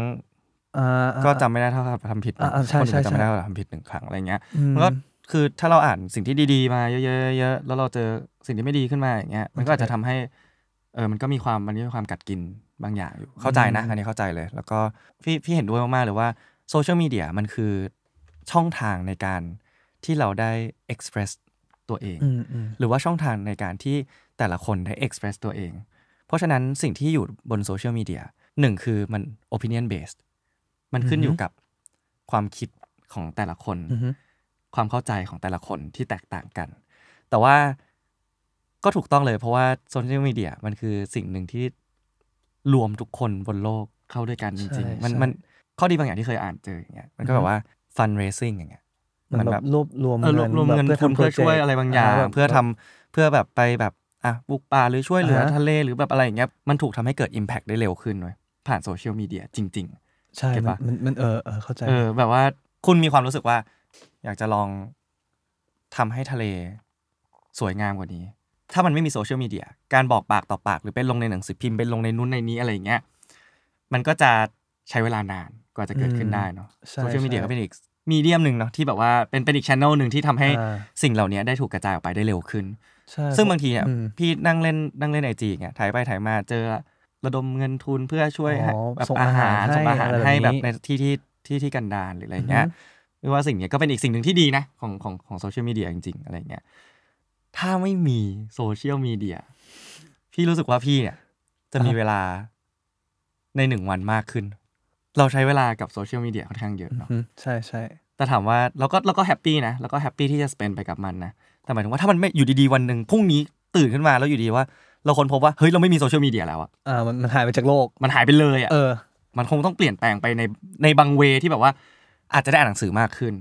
Speaker 2: อ่าอ่า
Speaker 3: ก็จำไม่ได้เท่ากับทำผิดนะ
Speaker 2: อ่าใช่
Speaker 3: คนอื่น
Speaker 2: ใช่
Speaker 3: จำไม่ได้
Speaker 2: ใช่
Speaker 3: เท่ากับทำผิดหนึ่งครั้งอะไรเงี้ย
Speaker 2: อืม
Speaker 3: มันก็คือถ้าเราอ่านสิ่งที่ดีๆมาเยอะๆเยอะๆแล้วเราเจอสิ่งที่ไม่ดีขึ้นมาอย่างเงี้ย มันก็อาจจะทำให้ เออมันก็มีความมันมีความกัดกินบางอย่างอยู่ เข้าใจนะ
Speaker 2: อืม
Speaker 3: อันนี้เข้าใจเลย แล้วก็พี่พี่เห็นด้วยมากๆเลยว่าโซเชียลมีเดียมันคือช่องทางในการที่เราได้ express ตัวเอง
Speaker 2: อืมอืม
Speaker 3: หรือว่าช่องทางในการที่แต่ละคนได้ express ตัวเอง เพราะฉะนั้นสิ่งที่อยู่บนโซเชียลมีเดียหนึ่งคือมัน opinion based มันขึ้นอยู่
Speaker 2: อือฮึ
Speaker 3: กับความคิดของแต่ละคน
Speaker 2: อือฮึ
Speaker 3: ความเข้าใจของแต่ละคนที่แตกต่างกัน แต่ว่าก็ถูกต้องเลยเพราะว่าโซเชียลมีเดียมันคือสิ่งหนึ่งที่รวมทุกคนบนโลกเข้าด้วยกันจ
Speaker 2: ใช่
Speaker 3: ริงๆ มัน
Speaker 2: ใช่
Speaker 3: มันข้อดีบางอย่างที่เคยอ่านเจออย่างเงี้ย มันก็แบบว่า fundraising อย่างเงี้ย
Speaker 2: มันแบบรวบรวม
Speaker 3: เออรวบรวมเงิน
Speaker 2: แบบ
Speaker 3: ทุน
Speaker 2: ทำ
Speaker 3: เพื่อ
Speaker 2: project
Speaker 3: ช่วยอะไรบางอย่าง
Speaker 2: แบบ
Speaker 3: เพื่อทำเพื่อแบบไปแบบอ่ะบุกป่าหรือช่วยเหลืออา
Speaker 2: ฮะ
Speaker 3: ทะเลหรือแบบอะไรอย่างเงี้ยมันถูกทำให้เกิด Impact ได้เร็วขึ้นเว้ยผ่านโซเชียลมีเดียจริง
Speaker 2: ใช่
Speaker 3: เก็บ
Speaker 2: มั
Speaker 3: ปะ
Speaker 2: นมันมันเออเออเข้าใจ
Speaker 3: ๆ เออ แบบว่าคุณมีความรู้สึกว่า อยากจะลองทำให้ทะเลสวยงามกว่านี้ ถ้ามันไม่มีโซเชียลมีเดียการบอกปากต่อปาก หรือเป็นลงในหนังสือพิมพ์เป็นลงในนู้นในนี้อะไรอย่างเงี้ยมันก็จะใช้เวลานานกว่าจะเกิดขึ้นได้เนาะ
Speaker 2: ใช่
Speaker 3: โซเชียลมีเดียก็
Speaker 2: ใ
Speaker 3: เป็นอีกมีเดียมหนึ่งเนาะที่แบบว่าเป็นเป็นอีกชแนลหนึ่งที่ทำให้
Speaker 2: อ่า
Speaker 3: สิ่งเหล่านี้ได้ถูกกระจายออกไปได้เร็วขึ้น
Speaker 2: ใช่
Speaker 3: ซึ่งบางทีเนี่ย
Speaker 2: อืม
Speaker 3: พี่นั่งเล่นนั่งเล่นไอจีเงี้ยถ่ายไปถ่ายมาเจอระดมเงินทุนเพื่อช่วย
Speaker 2: อ๋อ
Speaker 3: แบบ
Speaker 2: ส่ง
Speaker 3: อา
Speaker 2: อา
Speaker 3: หา
Speaker 2: หาร รให้
Speaker 3: ส่งอาหาร
Speaker 2: อะไรแบบ
Speaker 3: ให้แบบ
Speaker 2: นี้
Speaker 3: ในที่ที่ที่ที่กันดารหรืออะไรเงี้ย
Speaker 2: อือฮึ
Speaker 3: หรือว่าสิ่งเนี้ยก็เป็นอีกสิ่งหนึ่งที่ดีนะของของของโซเชียลมีเดียจริงๆอะไรเงี้ยถ้าไม่มีโซเชียลมีเดียพี่รู้สึกว่าพี่เนี่ยจะมีเวลาในหนึ่งวันมากขึ้น เราใช้เวลากับโซเชียลมีเดียค่อนข้างเยอะเนาะ
Speaker 2: อืมใช่ใช่
Speaker 3: แต่ถามว่าเราก็เราก็แฮปปี้นะเราก็แฮปปี้ที่จะสเปนไปกับมันนะแต่หมายถึงว่าถ้ามันไม่อยู่ดีๆวันหนึ่งพรุ่งนี้ตื่นขึ้นมาแล้วอยู่ดีว่า เราคนพบว่าเฮ้ยเราไม่มีโซเชียลมีเดียแล้วอะ
Speaker 2: อ่ามันมันหายไปจากโลก
Speaker 3: มันหายไปเลยอะ
Speaker 2: เออ
Speaker 3: มันคงต้องเปลี่ยนแปลงไปในในบางเวที่แบบว่า อาจจะได้อ่านหนังสือมากขึ้น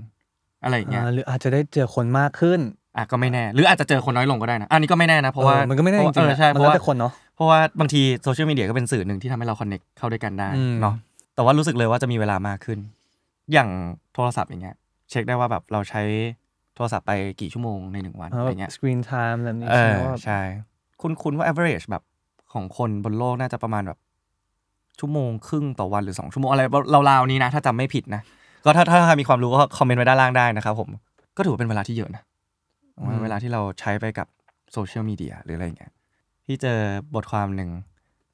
Speaker 3: อะไรอย่างเงี้ย
Speaker 2: อ่าหรืออาจจะได้เจอคนมากขึ้น
Speaker 3: อ่ะก็ไม่แน่ หรืออาจจะเจอคนน้อยลงก็ได้นะอันนี้ก็ไม่แน่นะเพราะว่า
Speaker 2: ออ
Speaker 3: มั
Speaker 2: มันก็ไม่ได้จริงๆนะ
Speaker 3: ใช่
Speaker 2: มั
Speaker 3: เพ
Speaker 2: น
Speaker 3: ราะ
Speaker 2: แล้ว
Speaker 3: ว่า
Speaker 2: แต่คนเนาะ
Speaker 3: เพราะว่าบางทีโซเชียลมีเดียก็เป็นสื่อหนึ่งที่ทำให้เราคอนเน็กเข้าด้วยกันได้
Speaker 2: อืม
Speaker 3: เนาะแต่ว่ารู้สึกเลยว่าจะมีเวลามากขึ้น อย่างโทรศัพท์อย่างเงี้ย เช็คได้ว่าแบบเราใช้โทรศัพท์ไปกี่ชั่วโมงในหนึ่งวัน
Speaker 2: อ่า
Speaker 3: อะไร
Speaker 2: แบบ
Speaker 3: เงี้ย
Speaker 2: screen time แบบนี้
Speaker 3: เอ
Speaker 2: ใช่ไหม
Speaker 3: อ
Speaker 2: ว่า
Speaker 3: ใช่ คุณคุณว่า average แบบของคนบนโลกน่าจะประมาณแบบ ชั่วโมงครึ่งต่อวันหรือสองชั่วโมงอะไรราวๆนี้นะ ถ้าจำไม่ผิดนะ ก็ถ้าถ้าใครมีความรู้ก็คอมเมนต์ไว้ด้านล่างได้นะครับผม ก็ถือว่าเป็นเวลาที่เยอะนะ
Speaker 2: อืม
Speaker 3: เวลาที่เราใช้ไปกับโซเชียลมีเดียหรืออะไรอย่างเงี้ยพี่เจอบทความหนึ่ง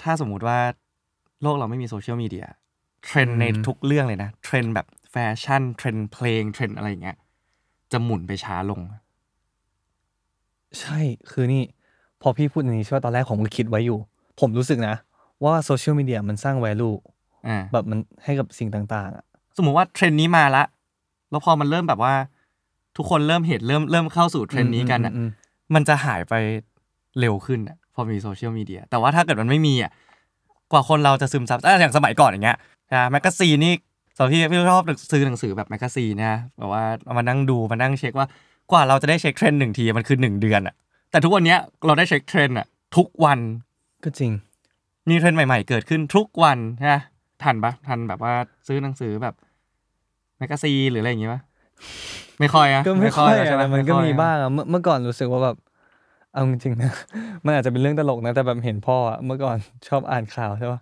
Speaker 3: ถ้าสมมุติว่าโลกเราไม่มีโซเชียลมีเดียเทรนด์ในทุกเรื่องเลยนะเทรนด์แบบแฟชั่นเทรนด์เพลงเทรนด์อะไรอย่างเงี้ยจะหมุนไปช้าลง
Speaker 2: ใช่คือนี่ พอพี่พูดอย่างนี้ใช่ป่ะตอนแรกผมก็คิดไว้อยู่ ผมรู้สึกนะ ว่าโซเชียลมีเดียมันสร้าง value
Speaker 3: อ่า
Speaker 2: แบบมันให้กับสิ่งต่างๆอะ
Speaker 3: สมมุติว่าเทรนด์นี้มาละ แล้วพอมันเริ่มแบบว่า ทุกคนเริ่มเห็นเริ่มเริ่มเข้าสู่เทรนด์นี้กันอ่ะ
Speaker 2: อืมอืมอืม
Speaker 3: มันจะหายไปเร็วขึ้นอ่ะพอมีโซเชียลมีเดีย แต่ว่าถ้าเกิดมันไม่มีอ่ะ กว่าคนเราจะซึมซับอ่ะอย่างสมัยก่อนอย่างเงี้ย นะแมกกาซีนนี่สำหรับพี่พี่ชอบซื้อหนังสือแบบแมกกาซีนนะแบบว่าเอามานั่งดูมานั่งเช็คว่ากว่าเราจะได้เช็คเทรนด์หนึ่งทีมันคือหนึ่งเดือนอะแต่ทุกวันเนี้ยเราได้เช็คเทรนด์อะทุกวัน
Speaker 2: ก็จริง
Speaker 3: มีเทรนด์ใหม่ๆ เกิดขึ้นทุกวันนะทันปะทันแบบว่าซื้อหนังสือแบบแมกกาซีนหรืออะไรอย่างงี้ปะไม่ค่อยอะ
Speaker 2: ก็ไม่ค่อย
Speaker 3: แล้วใช่ไห
Speaker 2: แต่มันก็มี
Speaker 3: ไค่อยอะ
Speaker 2: บ้างอะเมื่อเมื่อก่อนรู้สึกว่าแบบเอาจริงๆนะ มันอาจจะเป็นเรื่องตลกนะ แต่แบบเห็นพ่ออะเมื่อก่อน ชอบอ่านข่าวใช่ป่ะ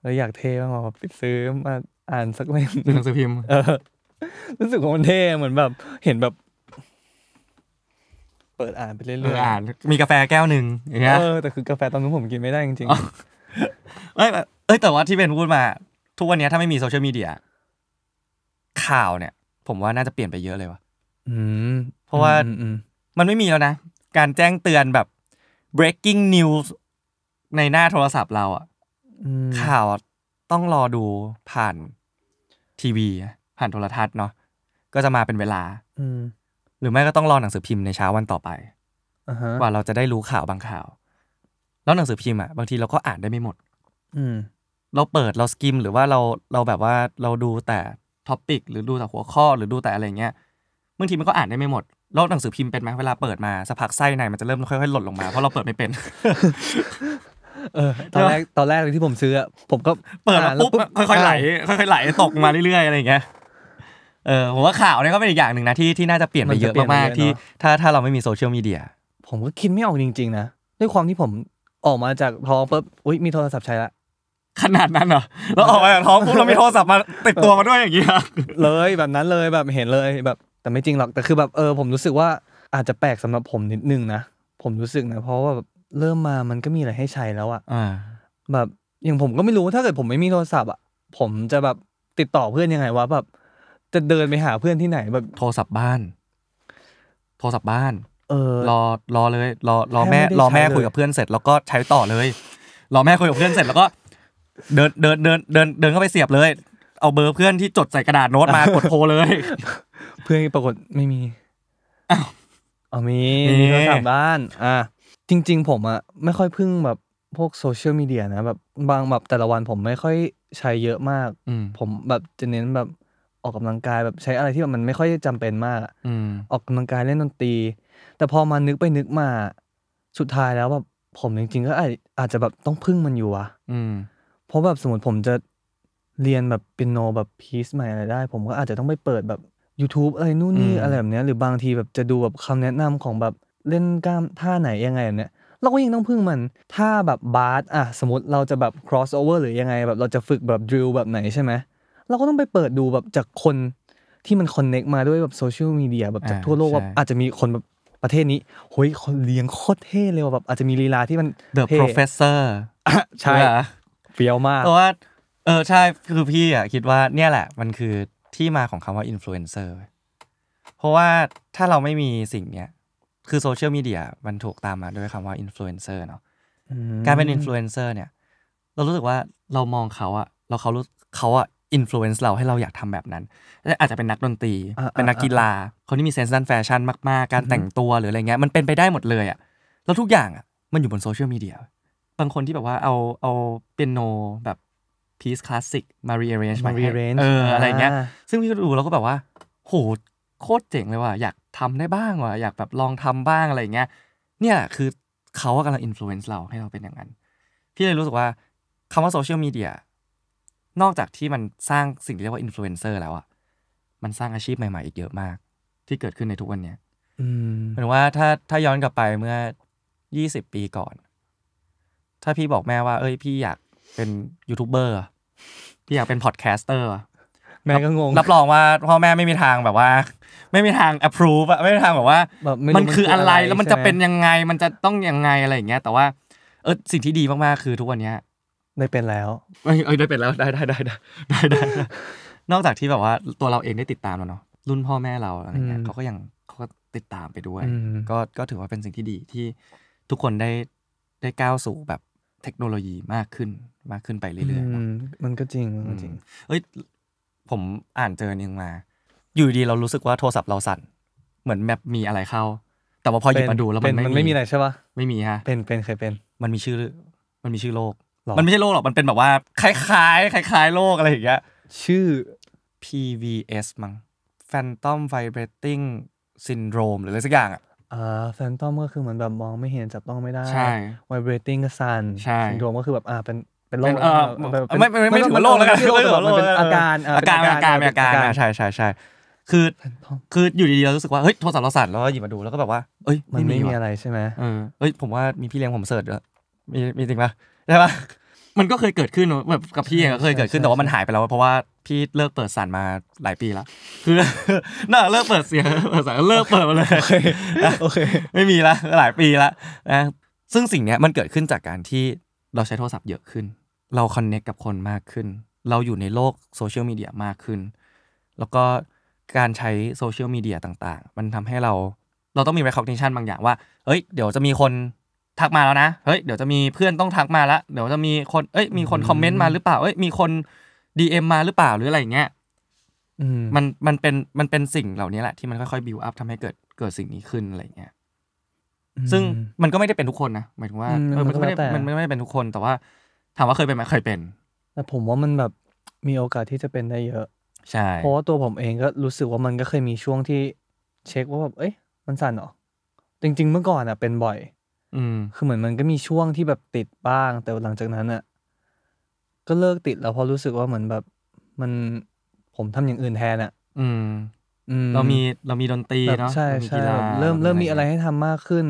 Speaker 2: แล้วอยากเท่บ้างอะแบบไปซื้อมาอ่านสักเล่ม
Speaker 3: ซื้อหนังสือพิมพ์
Speaker 2: เออรู้สึกว่ามันเท่เหมือนแบบ เห็นแบบ เปิดอ่านไปเรื่
Speaker 3: เอ
Speaker 2: อ
Speaker 3: อย อ่านมีกาแฟแก้วหนึ่งอย่างเงี้ย
Speaker 2: ๆเออแต่คือกาแฟตอนนั้นผมกินไม่ได้จริง
Speaker 3: อ๋อ เอ้ยเอ้ยแต่ว่าที่เบนพูดมา ทุกวันเนี้ยถ้าไม่มีโซเชียลมีเดียข่าวเนี่ย ผมว่าน่าจะเปลี่ยนไปเยอะเลยว่ะ
Speaker 2: ๆอืม
Speaker 3: เพราะว่า
Speaker 2: อืมอืม
Speaker 3: มันไม่มีแล้วนะ การแจ้งเตือนแบบ breaking news ในหน้าโทรศัพท์เราอะ
Speaker 2: อืม
Speaker 3: ข่าวต้องรอดูผ่านทีวี ผ่านโทรทัศน์เนาะก็จะมาเป็นเวลา
Speaker 2: อืม
Speaker 3: หรือไม่ก็ต้องรอหนังสือพิมพ์ในเช้าวันต่อไป
Speaker 2: อ่าฮะ
Speaker 3: กว่าเราจะได้รู้ข่าวบางข่าว แล้วหนังสือพิมพ์อะบางทีเราก็อ่านได้ไม่หมด
Speaker 2: อืม
Speaker 3: เราเปิดเราสกิมหรือว่าเราเราแบบว่าเราดูแต่ท็อปิกหรือดูแต่หัวข้อหรือดูแต่อะไรเงี้ยบางทีมันก็อ่านได้ไม่หมดแล้วหนังสือพิมพ์เป็นไหมเวลาเปิดมาสักพักไส้ในมันจะเริ่มค่อยๆหล่นลงมาเพราะเราเปิดไม่เป็น
Speaker 2: เออตอนแรกตอนแรกเลยที่ผมซื้ออะผมก็
Speaker 3: เปิดมา
Speaker 2: อ่าน
Speaker 3: ปุ๊บค่อยๆไหลค่อยๆไหลตกมาเรื่อยๆอะไรอย่างเงี้ยเออผมว่าข่าวเนี่ยก็เป็นอีกอย่างหนึ่งนะที่ที่น่าจะเปลี่ยนไปเยอะมากๆที่ถ้าถ้าเราไม่มีโซเชียลมีเดีย
Speaker 2: ผมก็คิดไม่ออกจริง ๆ นะด้วยความที่ผมออกมาจากท้องปุ๊บอุ้ยมีโทรศัพท์ใช้ละ
Speaker 3: ขนาดนั้นเหรอเราออกมาจากท้องปุ๊บเรามีโทรศัพท์มาติดตัวมาด้วยอย่างเงี้ย
Speaker 2: เลยแบบนั้นเลยแบบเห็นเลยแบบแต่ไม่จริงหรอกแต่คือแบบเออผมรู้สึกว่าอาจจะแปลกสำหรับผมนิดนึงนะ ผมรู้สึกนะ เพราะว่าแบบเริ่มมามันก็มีอะไรให้ใช้แล้วอะ
Speaker 3: อ่า
Speaker 2: แบบอย่างผมก็ไม่รู้ถ้าเกิดผมไม่มีโทรศัพท์อะผมจะแบบติดต่อเพื่อนยังไงวะแบบ จะเดินไปหาเพื่อนที่ไหนแบบ
Speaker 3: โทรศัพท์บ้าน โทรศัพท์บ้าน
Speaker 2: เออ
Speaker 3: รอรอเลยรอรอ
Speaker 2: แทบไม่
Speaker 3: แม่
Speaker 2: ได้
Speaker 3: รอแม่
Speaker 2: ใช้เลย
Speaker 3: คุยกับเพื่อนเสร็จแล้วก็ใช้ต่อเลย รอแม่คุยกับเพื่อนเสร็จแล้วก็เดินเดินเดินเดินเดินเข้าไปเสียบเลย เอาเบอร์เพื่อนที่จดใส่กระดาษโน้ตมากดโทรเลย
Speaker 2: เพื่อนปรากฏไม่มีอ๋อมี
Speaker 3: มี
Speaker 2: มีโทรศัพท์บ้าน อ่ะจริง ๆ ผมอะไม่ค่อยพึ่งแบบพวกโซเชียลมีเดียนะแบบบางแบบแต่ละวันผมไม่ค่อยใช้เยอะมาก
Speaker 3: อืม
Speaker 2: ผมแบบจะเน้นแบบออกกำลังกายแบบใช้อะไรที่แบบมันไม่ค่อยจำเป็นมากอะ
Speaker 3: อืม
Speaker 2: ออกกำลังกายเล่นดนตรี แต่พอมานึกไปนึกมา สุดท้ายแล้วแบบผมจริงๆก็อาจอาจจะแบบต้องพึ่งมันอยู่อะ
Speaker 3: อืม
Speaker 2: เพราะแบบสมมติผมจะเรียนแบบเปียโนแบบพีซใหม่อะไรได้ ผมก็อาจจะต้องไปเปิดแบบ YouTube อะไรนู่นนี่อะไรแบบเนี้ยหรือบางทีแบบจะดูแบบคำแนะนำของแบบเล่นกล้ามท่าไหนยังไงแบบเนี้ยเราก็ยิ่งต้องพึ่งมันถ้าแบบบาสอ่ะสมมติเราจะแบบ cross over หรือยังไงแบบเราจะฝึกแบบ drill แบบไหนใช่ไหม เราก็ต้องไปเปิดดูแบบจากคนที่มันคอนเน็กมาด้วยแบบโซเชียลมีเดียแบบจากทั่วโลกว่าอาจจะมีคนแบบประเทศนี้เฮ้ยคนเลี้ยงโคตรเท่เลยว่ะแบบอาจจะมีลีลาที่มัน
Speaker 3: เดอะ
Speaker 2: ท่
Speaker 3: โปรเฟสเซอร์
Speaker 2: ใช่
Speaker 3: เหรอ
Speaker 2: เฟี้ยวมาก
Speaker 3: แต่ว่าเออใช่คือพี่อ่ะคิดว่าเนี่ยแหละ มันคือที่มาของคำว่าอินฟลูเอนเซอร์เพราะว่าถ้าเราไม่มีสิ่งเนี้ยคือโซเชียลมีเดียมันถูกตามมาด้วยคำว่าอินฟลูเอนเซอร์เนาะ การเป็นอินฟลูเอนเซอร์เนี่ย เรารู้สึกว่าเรามองเขาอะเราเขารู้เขาอะอินฟลูเอนซ์เราให้เราอยากทำแบบนั้นอาจจะเป็นนักดนตรี
Speaker 2: อ่าๆ
Speaker 3: เป็นนักกีฬาคนที่มีเซนส์ด้านแฟชั่นมากๆ การแต่งตัวหรืออะไรเงี้ยมันเป็นไปได้หมดเลยอะแล้วทุกอย่างอะมันอยู่บนโซเชียลมีเดียบางคนที่แบบว่าเอาเอาเปียโนแบบพีซคลาสสิกมารีเอเรนจ์
Speaker 2: มารีเรน
Speaker 3: เอออะไรเงี้ย ซึ่งพี่ก็ดูแล้วก็แบบว่า โห โคตรเจ๋งเลยว่ะ อยากทำได้บ้างว่ะ อยากแบบลองทำบ้างอะไรอย่างเงี้ย เนี่ยคือเขากำลังอิม l u เ n c e เราให้เราเป็นอย่างนั้น พี่เลยรู้สึกว่าคำว่าโซเชียลมีเดีย นอกจากที่มันสร้างสิ่งที่เรียกว่าอินฟลูเอนเซอร์แล้วอ่ะ มันสร้างอาชีพใหม่ ๆ อีกเยอะมาก ที่เกิดขึ้นในทุกวันเนี้ย
Speaker 2: อืม
Speaker 3: หมายถึงว่าถ้าถ้าย้อนกลับไปเมื่อยี่สิบปีก่อน ถ้าพี่บอกแม่ว่า เอ้ย พี่อยากเป็นยูทูบเบอร์อะพี่อยากเป็นพอดแคสเตอร์อะ
Speaker 2: แม่ก็งง
Speaker 3: รับรองว่าพ่อแม่ไม่มีทางแบบว่า ไม่มีทาง approve อะไม่มีทางแบบว่า
Speaker 2: แบบไรู้
Speaker 3: มันคืออะไรแล้วมันจะเป็น
Speaker 2: ใช่ไห
Speaker 3: ยังไงมันจะต้องยังไงอะไรอย่างเงี้ย แต่ว่าเออสิ่งที่ดีมากๆคือทุกวันเนี้ย
Speaker 2: ได้เป็นแล้ว
Speaker 3: เอ้ยเอ้ยได้เป็นแล้วได้ได้ได้ได้ได้ได้ได้นอกจากที่แบบว่าตัวเราเองได้ติดตามแล้วเนาะรุ่นพ่อแม่เราอะไรเงี้ย
Speaker 2: อืม
Speaker 3: เขาก็ยังเขาก็ติดตามไปด้วย
Speaker 2: อืม
Speaker 3: ก็ก็ถือว่าเป็นสิ่งที่ดีที่ทุกคนได้ได้ก้าวสู่แบบเทคโนโลยีมากขึ้นมากขึ้นไปเรื่อยๆเนอะ
Speaker 2: มมันก็จริงมันก็จริง
Speaker 3: เอ้ย ผมอ่านเจออนหนึ่งมา อยู่ดีเรารู้สึกว่าโทรศัพท์เราสั่น เหมือนแบบมีอะไรเข้า แต่ว่าพอหยิบมาดูแล้ว
Speaker 2: เป็
Speaker 3: มัน
Speaker 2: มันไม่มีอะไรใช่ปะ
Speaker 3: ไม่มีฮะ
Speaker 2: เป็นเป็นเคยเป็น
Speaker 3: มันมีชื่อ มันมีชื่อโรค
Speaker 2: หรอ
Speaker 3: มันไม่ใช่โลกหรอกมันเป็นแบบว่าคล้ายๆคล้ายๆโลกอะไรอย่างเงี้ย
Speaker 2: ชื่อ
Speaker 3: PVS มั้ง Phantom Vibrating Syndrome หรืออะไรสักอย่างอ่ะ
Speaker 2: อ่าแฟนตอมก็คือเหมือนแบบมองไม่เห็นจับต้องไม่ได้
Speaker 3: ใช่
Speaker 2: vibrating ก็สั่น
Speaker 3: ใช่
Speaker 2: ซินโดรมก็คือแบบอ่าเป็นเป็นโรค
Speaker 3: เป็นเอ่อ
Speaker 2: เออเป็น
Speaker 3: ไม่ไม่ไม่ไม่ถือว่าโรคแล้วกัน
Speaker 2: ไม่ใช่โรคแต่แบบมัน
Speaker 3: ไม่ถือว่า
Speaker 2: เป็น
Speaker 3: โรค
Speaker 2: อาการ
Speaker 3: อาการอาการอาการใช่ใช่ใช่คือ
Speaker 2: แฟนตอม
Speaker 3: คืออยู่ดีๆเรารู้สึกว่าเฮ้ยโทรศัพท์เราสั่นแล้วก็หยิบมาดูแล้วก็แบบว่าเอ้ย
Speaker 2: มันไม่มี
Speaker 3: ว่ะ
Speaker 2: อะไรใช่ไหม
Speaker 3: เออเอ้ยผมว่ามีพี่เลี้ยงผมเสิร์ชด้วยมีมีจริงปะใช่ปะ มันก็เคยเกิดขึ้นเนอะแบบกับพี่เองก็เคยเกิดขึ้น
Speaker 2: ใช่
Speaker 3: แต่ว่ามันหายไปแล้วเพราะว่าพี่เลิกเปิดสารมาหลายปี แล้วคือ น่าเลิกเปิดเสียงเปิดสารเลิกเปิดมาเลย
Speaker 2: โอเค
Speaker 3: ไม่มีละหลายปีละนะซึ่งสิ่งเนี้ยมันเกิดขึ้นจากการที่เราใช้โทรศัพท์เยอะขึ้น เราคอนเน็กกับคนมากขึ้น เราอยู่ในโลกโซเชียลมีเดียมากขึ้น แล้วก็การใช้โซเชียลมีเดียต่างๆ มันทำให้เราเราต้องมี recognition บางอย่างว่า เอ้ย เดี๋ยวจะมีคนทักมาแล้วนะ เฮ้ย เดี๋ยวจะมีเพื่อนต้องทักมาละเดี๋ยวจะมีคน เอ้ย มีคน
Speaker 2: อืม
Speaker 3: คอมเมนต์มาหรือเปล่า เอ้ย มีคน DM มาหรือเปล่า หรืออะไรอย่างเงี้ย
Speaker 2: อืม
Speaker 3: มัน มันเป็น มันเป็นสิ่งเหล่านี้แหละที่มันค่อยๆ build up ทำให้เกิด เกิดสิ่งนี้ขึ้นอะไรอย่างเงี้ย ซึ่งมันก็ไม่ได้เป็นทุกคนนะ หมายถึงว่า
Speaker 2: อืม
Speaker 3: เออมันก็ไม่ได้
Speaker 2: มันก็แล้วแต่
Speaker 3: มันไม่ได้เป็นทุกคน แต่ว่าถามว่าเคยเป็นไหมเคยเป็น
Speaker 2: แต่ผมว่ามันแบบมีโอกาสที่จะเป็นได้เยอะ
Speaker 3: ใช่
Speaker 2: เพราะว่าตัวผมเองก็รู้สึกว่ามันก็เคยมีช่วงที่เช็คว่าแบบเอ้ยมันสั่นเหรอจริง ๆ เมื่อก่อนอ่ะเป็นบ่อย
Speaker 3: อืม
Speaker 2: คือเหมือนมันก็มีช่วงที่แบบติดบ้าง แต่หลังจากนั้นอ่ะก็เลิกติดแล้วเพราะรู้สึกว่าเหมือนแบบมันผมทำอย่างอื่นแทนอ่ะ
Speaker 3: อืม
Speaker 2: อื
Speaker 3: เรามี เรามีดนตรี
Speaker 2: แบบ
Speaker 3: เนาะ
Speaker 2: ใช่
Speaker 3: เรามี
Speaker 2: ใช่
Speaker 3: กีฬา
Speaker 2: แบบเริ่มเริ่มมีอะไร
Speaker 3: ย่างงี้ย
Speaker 2: ให้ทำมากขึ้น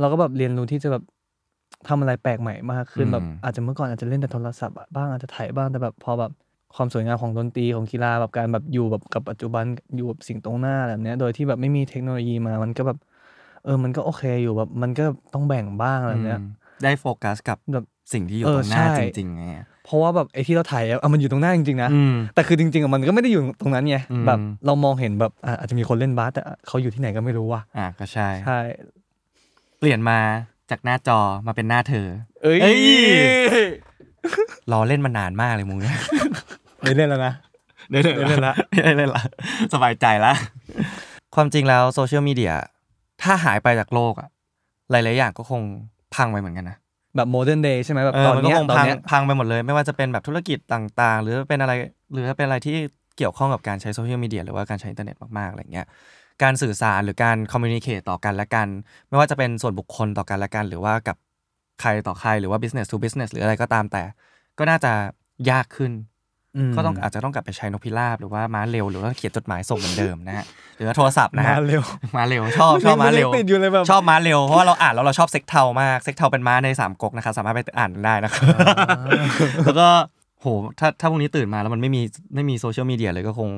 Speaker 2: เราก็แบบเรียนรู้ที่จะแบบทำอะไรแปลกใหม่มากขึ้น
Speaker 3: อืม
Speaker 2: แบบอาจจะเมื่อก่อนอาจจะเล่นแต่โทรศัพท์อะบ้างอาจจะถ่ายบ้างแต่แบบพอแบบความสวยงามของดนตรีของกีฬาแบบการแบบอยู่แบบกับปัจจุบันอยู่กับสิ่งตรงหน้าแบบเนี้ยโดยที่แบบไม่มีเทคโนโลยีมามันก็แบบ เออมันก็โอเคอยู่แบบมันก็ต้องแบ่งบ้างแบบเนี้ย
Speaker 3: อืมได้โฟกัสกับ
Speaker 2: แบบ
Speaker 3: สิ่งที่อยู่
Speaker 2: เออ
Speaker 3: ตรงหน้า
Speaker 2: ใช่
Speaker 3: จริงๆไงอะ
Speaker 2: เพราะว่าแบบไอ้ที่เราถ่ายอะเอามันอยู่ตรงหน้าจริงๆนะ
Speaker 3: อืม
Speaker 2: แต่คือจริงๆอะมันก็ไม่ได้อยู่ตรงนั้นไง
Speaker 3: อืม
Speaker 2: แบบเรามองเห็นแบบอ่ะอาจจะมีคนเล่นบาสแต่เขาอยู่ที่ไหนก็ไม่รู้ว่ะ
Speaker 3: อ่ะก็ใช่
Speaker 2: ใช่
Speaker 3: เปลี่ยนมาจากหน้าจอมาเป็นหน้าเธอ
Speaker 2: เอ้ย
Speaker 3: เอ้ย รอเล่นมานานมากเลยมึงเนี่ย
Speaker 2: ไม่เล่นแล้วนะ
Speaker 3: ได้เล่น
Speaker 2: ได้เล่นละ
Speaker 3: ได้เล่นละสบายใจละ ความจริงแล้วโซเชียลมีเดียถ้าหายไปจากโลกอะหลายๆอย่างก็คงพังไปเหมือนกันนะ
Speaker 2: แบบโมเดิร์นเดย์ใช่ไหมแบบ
Speaker 3: เออ
Speaker 2: ตอน
Speaker 3: มันก็
Speaker 2: เนี้ย
Speaker 3: คง
Speaker 2: ตอน
Speaker 3: พัง
Speaker 2: เนี้ย
Speaker 3: พังไปหมดเลย ไม่ว่าจะเป็นแบบธุรกิจต่างๆ หรือเป็นอะไรหรือเป็นอะไรที่เกี่ยวข้องกับการใช้โซเชียลมีเดียหรือว่าการใช้อินเทอร์เน็ตมากๆอะไรเงี้ย การสื่อสารหรือการคอมมิวนิเคตต่อกันและกัน ไม่ว่าจะเป็นส่วนบุคคลต่อกันและกัน หรือว่ากับใครต่อใครหรือว่า business to business หรืออะไรก็ตามแต่ ก็น่าจะยากขึ้น
Speaker 2: ม
Speaker 3: ก็ต้องอาจจะต้องกลับไปใช้นกพิราบหรือว่าม้าเร็วหรือว่าเขียนจดหมายส่งเหมือนเดิมนะฮะหรือว่าโทรศัพท์นะ
Speaker 2: มา
Speaker 3: ฮะ
Speaker 2: เร็ว
Speaker 3: ม้าเร็วชอบชอบม้าเร็ว
Speaker 2: นยังติดอยู่เลยแบบ
Speaker 3: ชอบม้าเร็วเพราะว่าเราอ่านแล้วเราชอบเซ็กเทามากเซ็กเทาเป็นม้าในสามก๊กนะคะสามารถไปอ่านได้นะครับ แล้วก็โหถ้าถ้าพรุ่งนี้ตื่นมาแล้วมันไม่มีไม่มีโซเชียลมีเดียเลยก็คง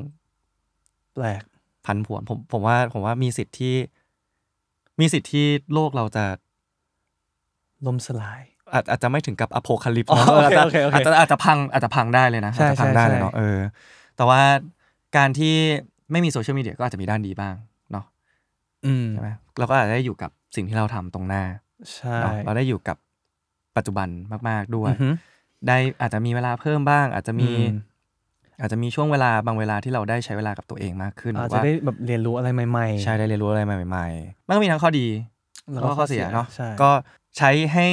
Speaker 2: แปลก
Speaker 3: พันผวนผมผมว่าผมว่ามีสิทธิ์ที่ มีสิทธิ์ที่โลกเราจะ
Speaker 2: ลมสลาย
Speaker 3: อาจอาจจะไม่ถึงกับอโพคาลิป
Speaker 2: อ๋อโอเคโอเคโอเค
Speaker 3: อาจจะอาจจะพังอาจจะพังได้เลยนะ
Speaker 2: ใช่
Speaker 3: อาจจะพังได้
Speaker 2: ใช่
Speaker 3: เลยเนาะ
Speaker 2: ใช่
Speaker 3: เออ แต่ว่าการที่ไม่มีโซเชียลมีเดียก็อาจจะมีด้านดีบ้างเนาะ
Speaker 2: อืม
Speaker 3: ใช่ไหมเราก็อาจจะได้อยู่กับสิ่งที่เราทำตรงหน้า
Speaker 2: ใช่
Speaker 3: เนาะเราได้อยู่กับปัจจุบันมาก ๆด้วย
Speaker 2: อือหือ
Speaker 3: ได้อาจจะมีเวลาเพิ่มบ้าง อาจจะมี
Speaker 2: อืม
Speaker 3: อาจจะมีช่วงเวลาบางเวลาที่เราได้ใช้เวลากับตัวเองมากขึ้นห
Speaker 2: อา
Speaker 3: รือ
Speaker 2: จจะ
Speaker 3: ว่า
Speaker 2: ได้แบบเรียนรู้อะไรใหม่ๆ
Speaker 3: ใช่ได้เรียนรู้อะไรใหม่ๆมันก็มีทั้งข้อดี แล้วก็ข้อเสียเนาะ
Speaker 2: ใช่
Speaker 3: ก็ใช้ให้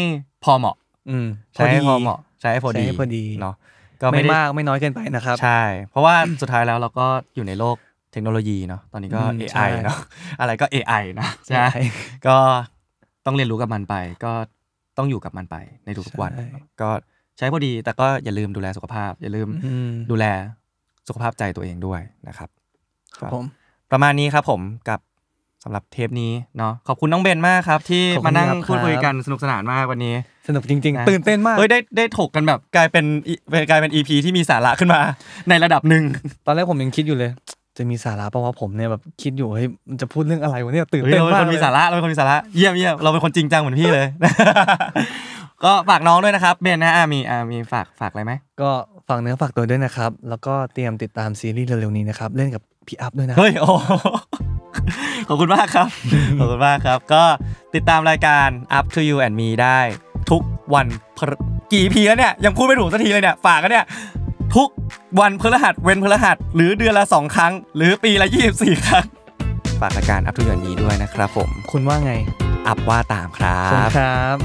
Speaker 3: พอเหมาะ
Speaker 2: อืม
Speaker 3: ใช้ให้
Speaker 2: ดี
Speaker 3: พอเหมาะ ใช้ให้พอ
Speaker 2: ใช้
Speaker 3: ดี
Speaker 2: ให้พอดี
Speaker 3: เนาะก็
Speaker 2: ไม่
Speaker 3: ไม่
Speaker 2: มา
Speaker 3: ได้
Speaker 2: กไม่น้อยเกินไปนะครับ
Speaker 3: ใช่ เพราะว่า สุดท้ายแล้วเราก็อยู่ในโลกเทคโนโลยีเนาะตอนนี้ก็
Speaker 2: อืมใช่
Speaker 3: AI เนาะอะไรก็ AI นะใช่ไหม
Speaker 2: ใช่
Speaker 3: ก็ต้องเรียนรู้กับมันไป ก็ต้องอยู่กับมันไปในทุกๆวัน
Speaker 2: ใช่
Speaker 3: เนอะก็ใช้พอดี แต่ก็อย่าลืมดูแลสุขภาพ อย่าลืม
Speaker 2: อืม
Speaker 3: ดูแลสุขภาพใจตัวเองด้วยนะครับ
Speaker 2: ครับผม
Speaker 3: ประมาณนี้ครับผมกับสำหรับเทปนี้เนาะขอบคุณน้องเบนมากครับ ที่
Speaker 2: ขอบคุณ
Speaker 3: มานั่ง
Speaker 2: ครับ
Speaker 3: พูดคุยกันสนุกสนานมากวันนี้
Speaker 2: สนุกจริง
Speaker 3: นะ
Speaker 2: ๆ ตื่นเต้นมาก
Speaker 3: เอ้ยได้ได้ถกกันแบบกลายเป็นอีกลายเป็นอีพีที่มีสาระขึ้นมา ในระดับหนึ่ง
Speaker 2: ตอนแรกผมยังคิดอยู่เลย จะมีสาระเพราะว่าผมเนี่ยแบบคิดอยู่เฮ้ยมันจะพูดเรื่องอะไรวะเนี่ยตื่น
Speaker 3: เฮ้ย
Speaker 2: เต้น
Speaker 3: เราเป็นค
Speaker 2: มา
Speaker 3: น
Speaker 2: ก
Speaker 3: มี
Speaker 2: เลย
Speaker 3: สาระเราเป็นคนมีสาระเยี่ยมเยี่ยมเราเป็นคนจริงจังเหมือนพี่เลย ก็ฝากน้องด้วยนะครับเบนนะอ่ะมีอ่ะมีฝากฝากอะไรไหม
Speaker 2: ก็ฝากเนื้อฝากตัวด้วยนะครับ แล้วก็เตรียมติดตามซีรีส์เร็วๆนี้นะครับ เล่นกับพี่อัพด้วยนะ
Speaker 3: เฮ้ยโอ้ ขอบคุณมากครับ ขอบคุณมากครับ ก็ติดตามรายการ Up to You and Me ได้ทุกวันพฤกี่พีแล้วเนี่ยยังพูดไม่ถูกสักทีเลยเนี่ยฝากกันเนี่ยทุกวันพฤหัสเว้นพฤหัส หรือเดือนละสองครั้ง หรือปีละยี่สิบสี่ครั้งฝากรายการ Up to You and Me ด้วยนะครับผม
Speaker 2: คุณว่าไง
Speaker 3: อัพว่าตามครั
Speaker 2: ขอบคุณ
Speaker 3: บ
Speaker 2: ครับ